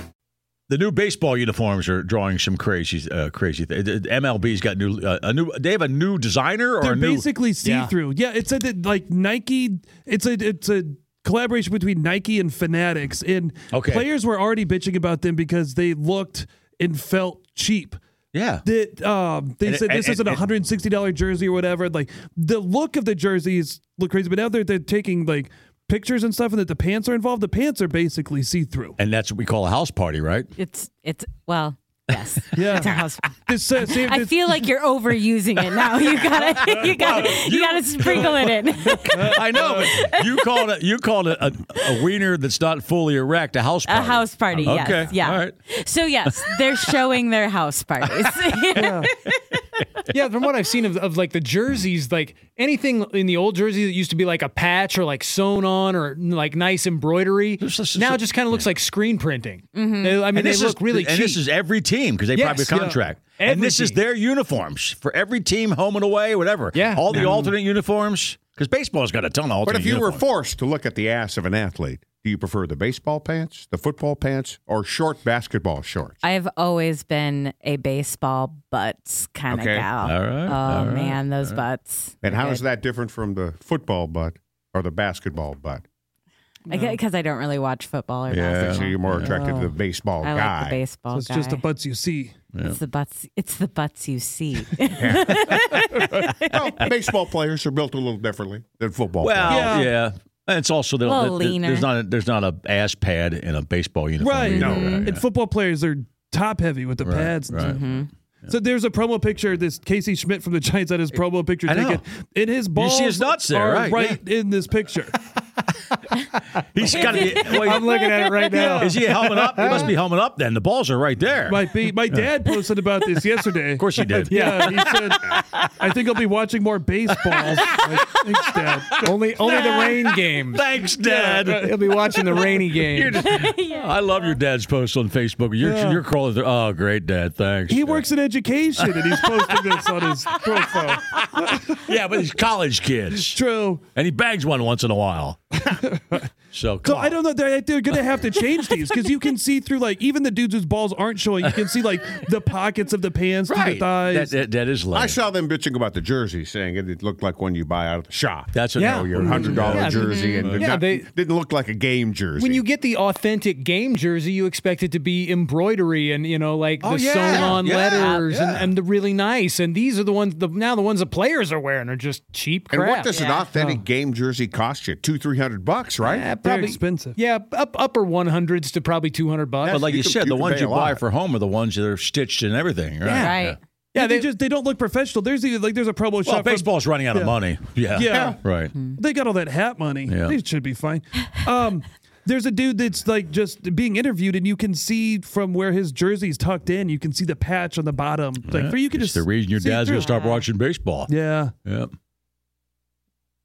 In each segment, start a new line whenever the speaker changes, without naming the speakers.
the new baseball uniforms are drawing some crazy, uh, crazy things. MLB's got new, uh, a new. They have a new designer or
They're
a new.
basically see through. Yeah. it's a like Nike. It's a it's a collaboration between Nike and Fanatics, and
Okay.
players were already bitching about them because they looked and felt cheap.
yeah,
That um, they
And-
said this
and-
isn't a
and-
hundred and sixty dollar jersey or whatever. Like the look of the jerseys look crazy, but now they're they're taking like pictures and stuff, and that the pants are involved. The pants are basically see through.
and that's what we call a house party, right?
It's it's well, yes.
Yeah.
It's a house.
This, uh, see,
I
this-
feel like you're overusing it now. You gotta you gotta you gotta sprinkle it in.
I know. But you called it. You called it a, a wiener that's not fully erect. A house
A
party.
house party, yes.
Okay,
Yeah.
all right.
So yes, they're showing their house parties.
yeah, from what I've seen of, of like the jerseys, like anything in the old jersey that used to be like a patch or like sewn on or like nice embroidery,
this is-
now it just kind of looks like screen printing.
Mm-hmm.
They- I mean, they
this
look
is,
really
and
cheap.
this is every team because they
Yes,
probably
yeah.
contract.
Every
And this is
team.
their uniforms for every team, home and away, whatever.
Yeah.
all the alternate uniforms. Because baseball's got a ton of
But
alternate
if you were
uniforms.
forced to look at the ass of an athlete, do you prefer the baseball pants, the football pants, or short basketball shorts?
I've always been a baseball butts kind of
Okay.
gal.
All right,
Oh
all right,
man, those
all right.
butts.
And
they're
how is
good.
that different from the football butt or the basketball butt?
Because I don't really watch football
Yeah,
or basketball. Oh.
so you're more attracted to the baseball
I
guy.
like the baseball.
So it's just the
guy.
butts you see.
It's the butts. It's the butts you see.
well, baseball players are built a little differently than football.
Well,
players.
yeah. And It's also they
A
don't,
little
there-
leaner.
there's not a, there's not a ass pad in a baseball uniform.
Right.
either.
No.
Yeah,
And
yeah.
football players are top heavy with the
Right,
pads. and
right.
stuff. So there's a promo picture. This Casey Schmidt from the Giants had his promo picture
I know.
taken. And his balls
see his nuts there,
are
right, Oh,
in this picture.
He's got to be. Well,
I'm uh, looking at it right now.
Is he helmet up? He must be helmet up then. The balls are right there.
Might be. My dad posted about this yesterday.
Of course he did.
Yeah, he said, I think I'll be watching more baseball. Like, Thanks, Dad.
Only only the rain games.
Thanks, Dad.
He'll be watching the rainy
You're
games.
just- I love your dad's post on Facebook. You're, you're crawling through. Oh, great, Dad. Thanks.
He works in education and he's posting this on his profile.
Yeah, but he's college kids.
True.
And he bangs one once in a while. so, come
So
on.
I don't know. They're, they're going to have to change these because you can see through like even the dudes whose balls aren't showing. You can see like the pockets of the pants through the
Right. That,
thighs.
that, that is lame.
I saw them bitching about the jersey, saying it, it looked like one you buy out of the shop.
That's what
Yeah.
you know, your hundred dollar
Yeah.
jersey, and
Mm-hmm.
did
Yeah,
not-
they-
didn't look like a game jersey.
When you get the authentic game jersey, you expect it to be embroidery and you know like the
Oh, yeah.
sewn on
Yeah,
letters
yeah.
And, and the really nice. And these are the ones the now the ones the players are wearing are just cheap
and
crap.
what does an authentic game jersey cost you? Two, three hundred bucks, right?
Yeah,
They're
probably
expensive.
yeah up upper one hundreds to probably two hundred bucks.
But like you,
You can-
said,
you
the
can
ones
pay
you
a
buy
lot.
for home are the ones that are stitched and everything, right?
Yeah. Right.
Yeah, they just they don't look professional. There's the, like there's a promo
Well,
shop. for-
baseball's running out of
Yeah.
money. Yeah.
Yeah. Hmm.
Right.
They got all that hat money.
Yeah.
They should be fine. Um, there's a dude that's like just being interviewed, and you can see from where his jersey's tucked in, you can see the patch on the bottom. Like, for you can
It's
just
the reason your
see
dad's going
through.
to start watching baseball.
Yeah,
Yep.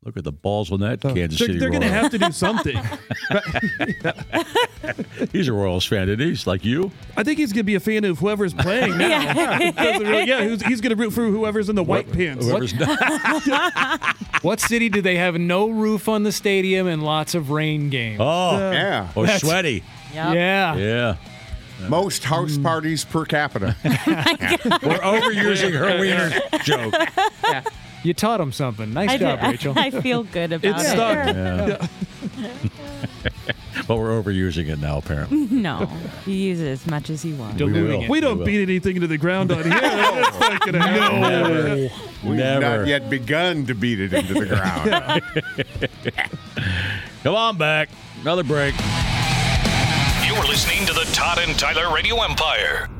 Look at the balls on that
So
Kansas
they're,
City
they're gonna
Royals.
have to do something.
He's a Royals fan, isn't he? He's like you.
I think he's gonna be a fan of whoever's playing. Now.
Yeah.
Doesn't really- yeah, who's, he's gonna root for whoever's in the white pants.
Whoever's
What city do they have no roof on the stadium and lots of rain games?
Oh,
yeah,
or sweaty.
Yeah.
Yeah.
most house parties per capita.
We're overusing her wiener joke.
You taught them something. Nice
I,
job,
did-
Rachel.
I feel good about
It's
it.
stuck.
But we're overusing it now, apparently.
No, you use it as much as you want.
We
Diluting
will.
it.
We
We
don't
will.
beat anything into the ground on here. That's not gonna happen.
Never.
We've
Never.
not yet begun to beat it into the ground.
Come on back. Another break.
You are listening to the Todd and Tyler Radio Empire.